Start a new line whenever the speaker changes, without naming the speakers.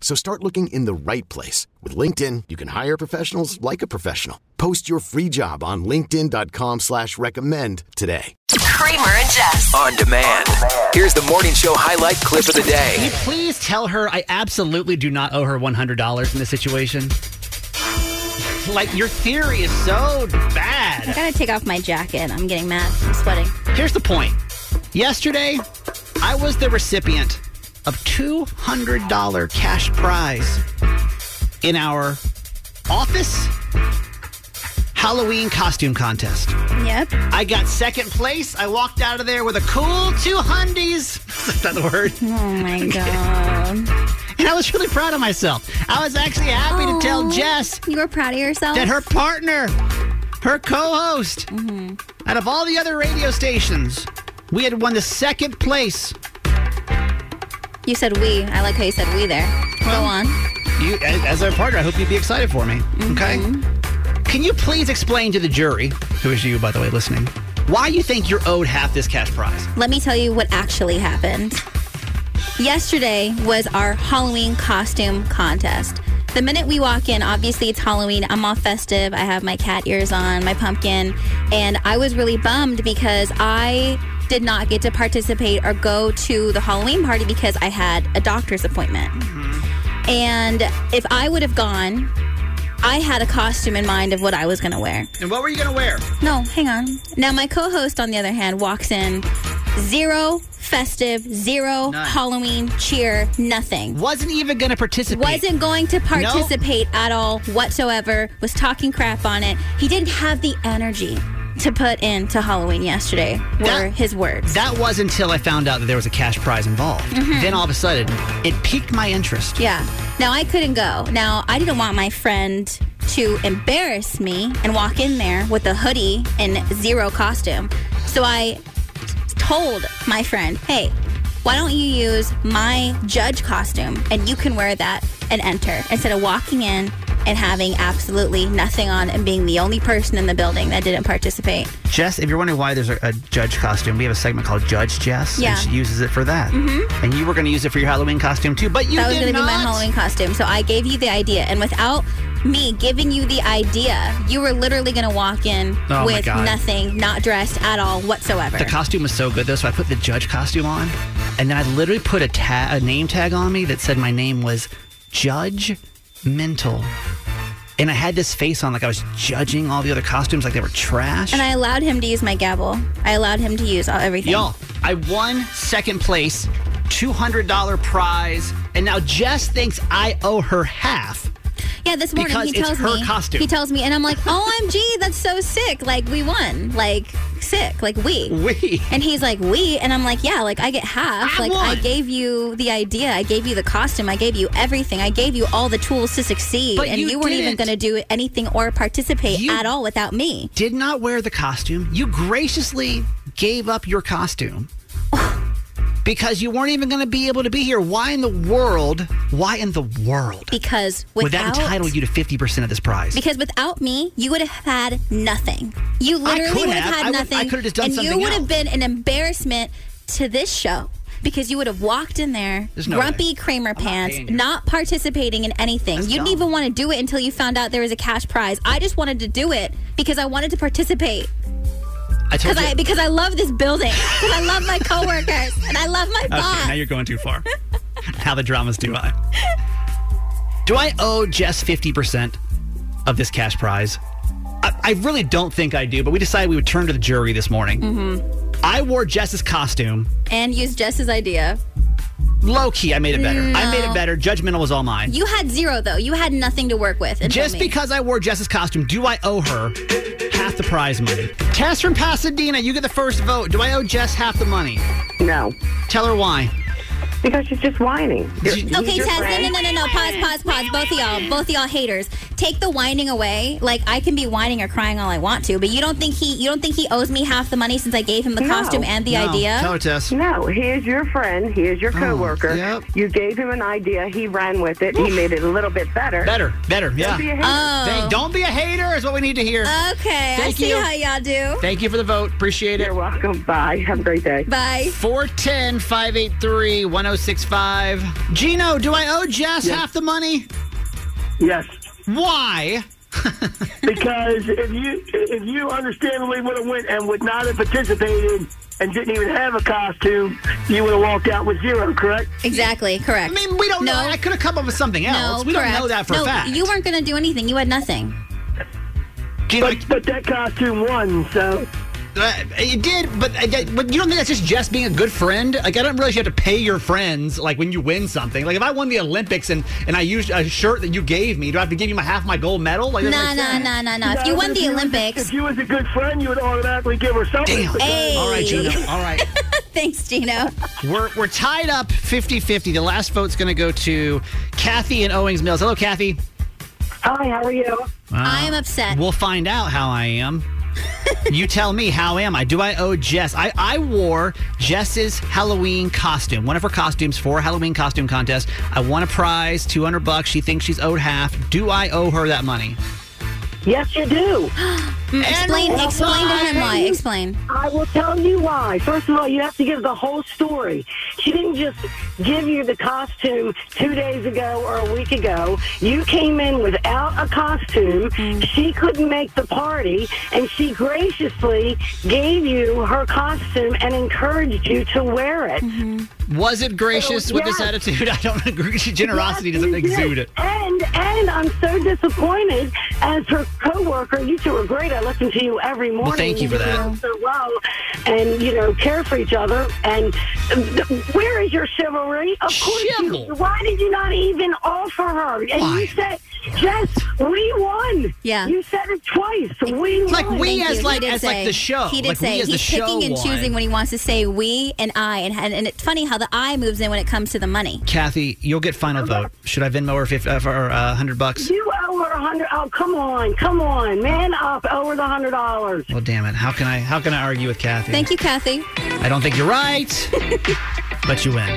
So start looking in the right place. With LinkedIn, you can hire professionals like a professional. Post your free job on linkedin.com slash recommend today.
Kramer and Jess.
On demand. Here's the morning show highlight clip of the day.
Can you please tell her I absolutely do not owe her $100 in this situation? Like, your theory is so
I
bad.
gotta take off my jacket. I'm getting mad. I'm sweating.
Here's the point. Yesterday, I was the recipient of $200 cash prize in our office Halloween costume contest.
Yep.
I got second place. I walked out of there with a cool two hundies. Is that the word?
Oh my god.
And I was really proud of myself. I was actually happy to tell
Aw.
Jess
You were proud of yourself?
that her partner, her co host,
Mm-hmm.
out of all the other radio stations, we had won the second place.
You said we. I like how you said we there. Go on.
You, as our partner, I hope you'd be excited for me.
Mm-hmm.
Okay. Can you please explain to the jury, who is you, by the way, listening, why you think you're owed half this cash prize?
Let me tell you what actually happened. Yesterday was our Halloween costume contest. The minute we walk in, obviously it's Halloween. I'm all festive. I have my cat ears on, my pumpkin. And I was really bummed because I did not get to participate or go to the Halloween party because I had a doctor's appointment. And if I would have gone, I had a costume in mind of what I was going to wear.
And what were you going to wear?
No, hang on. Now, my co host, on the other hand, walks in zero festive, zero
None.
Halloween cheer, nothing.
Wasn't even going to participate.
Wasn't going to participate at all whatsoever, was talking crap on it. He didn't have the energy to put into Halloween yesterday, were
That-
his words.
That was until I found out that there was a cash prize involved.
Mm-hmm.
Then all of a sudden, it piqued my interest.
Yeah. Now I couldn't go. Now I didn't want my friend to embarrass me and walk in there with a hoodie and zero costume. So I told my friend, hey, why don't you use my judge costume and you can wear that and enter instead of walking in and having absolutely nothing on and being the only person in the building that didn't participate.
Jess, if you're wondering why there's a, a judge costume, we have a segment called Judge Jess,
Yeah.
and she uses it for that. Mm-hmm. And you were going to use it for your Halloween costume too, but you
that was
did
going to
not.
be my Halloween costume. So I gave you the idea, and without me giving you the idea, you were literally going to walk in
Oh, my
with
God.
nothing, not dressed at all whatsoever.
The costume was so good though, so I put the judge costume on, and then I literally put a tag, a name tag on me that said my name was Judge Mental, and I had this face on like I was judging all the other costumes like they were trash.
and I allowed him to use my gavel. I allowed him to use all, everything.
Y'all, I won second place, $200 prize, and now Jess thinks I owe her half.
Yeah, this morning
Because
he
it's
tells
her
me.
costume.
He tells me, and I'm like, OMG, that's so sick. Like, we won. Like, sick. Like, we.
We.
And he's like, we? And I'm like, yeah, like I get half.
I
like I
won.
gave you the idea. I gave you the costume. I gave you everything. I gave you all the tools to succeed.
But
and
you
you, weren't even
didn't.
going to do anything or participate
You-
at all without me.
Did not wear the costume. You graciously gave up your costume because you weren't even going to be able to be here. Why in the world? Why in the world
Because
would
without
that entitle you to 50% of this prize?
Because without me, you would have had nothing. You
I
literally
could
would
have.
have
I
had
would- I
nothing.
could have just done
and you
something
would
else.
have been an embarrassment to this show because you would have walked in there,
There's no
grumpy
way.
Kramer pants,
paying
not,
you.
participating in anything.
That's
you
dumb.
didn't even want to do it until you found out there was a cash prize. I just wanted to do it because I wanted to participate.
I told
Because
you.
I because I love this building. Because I love my coworkers and I love my boss.
Okay, now you're going too far. How the dramas do I? Do I owe Jess 50% of this cash prize? I, I really don't think I do, but we decided we would turn to the jury this morning.
Mm-hmm.
I wore Jess's costume.
and use Jess's idea.
Low key, I made it better. I made it better. Judgmental was all mine.
You had zero though. You had nothing to work with. until
Just
me.
because I wore Jess's costume, do I owe her half the prize money? Tess from Pasadena, you get the first vote. Do I owe Jess half the money?
No,
Tell her why.
Because she's just whining. You're- he's
Okay,
your
Taz,
friend.
no, no, no, no, no. Pause, pause, pause. Both of y'all, both of y'all haters. Take the whining away. Like I can be whining or crying all I want to, but you don't think he, you don't think he owes me half the money since I gave him the
No.
costume and the idea.
Tell her, Tess.
No, he is your friend. He is your coworker.
yep.
You gave him an idea. He ran with it. He made it a little bit better. Uh,
Better, better, yeah.
Don't be a Uh. hater.
Hey, don't be a hater is what we need to hear.
Oh, Okay, I
Thank
see
you.
how y'all do.
Thank you for the vote. Appreciate it.
You're welcome. Bye. Have a great day.
Bye.
410 583 1065. Gino, do I owe Jess half the money?
Yes,
Why?
because if you if you understandably would have went and would not have participated and didn't even have a costume, you would have walked out with zero. Correct?
Exactly. Correct.
I mean, we don't
no,
know. I could have come up with something
No,
else. we
correct.
don't know that for
no,
a fact.
you weren't gonna do anything. You had nothing.
Gino,
But but that costume won. So
Uh, it did, but, I- I- but you don't think that's just Jess being a good friend? Like, I don't realize you have to pay your friends, like, when you win something. Like, if I won the Olympics and, and I used a shirt that you gave me, do I have to give you my, half my gold medal? Like, that's
Nah,
like-
nah, nah, nah, nah. If
No,
you
but
won the
you was-
Olympics,
if you was a good friend, you would automatically give her something.
Damn.
Hey.
All right, Gino. All right.
thanks, Gino.
We're, we're tied up 50 50. The last vote's going to go to Kathy and Owings Mills. Hello, Kathy.
Hi, how are you?
I am upset.
We'll find out how I am. you tell me how am I? Do I owe Jess? I, I wore Jess's Halloween costume, one of her costumes for a Halloween costume contest. I won a prize, two hundred bucks. She thinks she's owed half. Do I owe her that money?
Yes, you do.
explain,
And
explain to him why. Explain.
I will tell you why. First of all, you have to give the whole story. She didn't just give you the costume two days ago or a week ago. You came in without a costume. She couldn't make the party, and she graciously gave you her costume and encouraged you to wear it.
Was it gracious
Oh,
with
yes.
this attitude? I don't agree. Generosity
Yes,
doesn't
you did.
exude it.
And and I'm so disappointed as her coworker. You two are great. I listen to you every morning.
thank you for
do
that.
it So well, and you know, care for each other. And um, th- where is your chivalry? Of course, you,
Chival-
why did you not even offer her? And
Why?
you said, Jess, we won.
Yeah.
you said it twice. We
It's like
won.
we
Thank
as
you. He
like
did
as like
say-
the show.
He did
like
say
we as the
he's
show
picking and
won.
choosing when he wants to say we and I, and and, and it's funny how the I moves in when it comes to the money.
Kathy, you'll get final vote. Should I Venmo her 50, uh, for uh, hundred bucks?
You owe her a hundred. Oh, come on, come on, man up. Owe her the hundred dollars.
Well, damn it! How can I how can I argue with Kathy?
Thank you, Kathy.
I don't think you're right, but you win.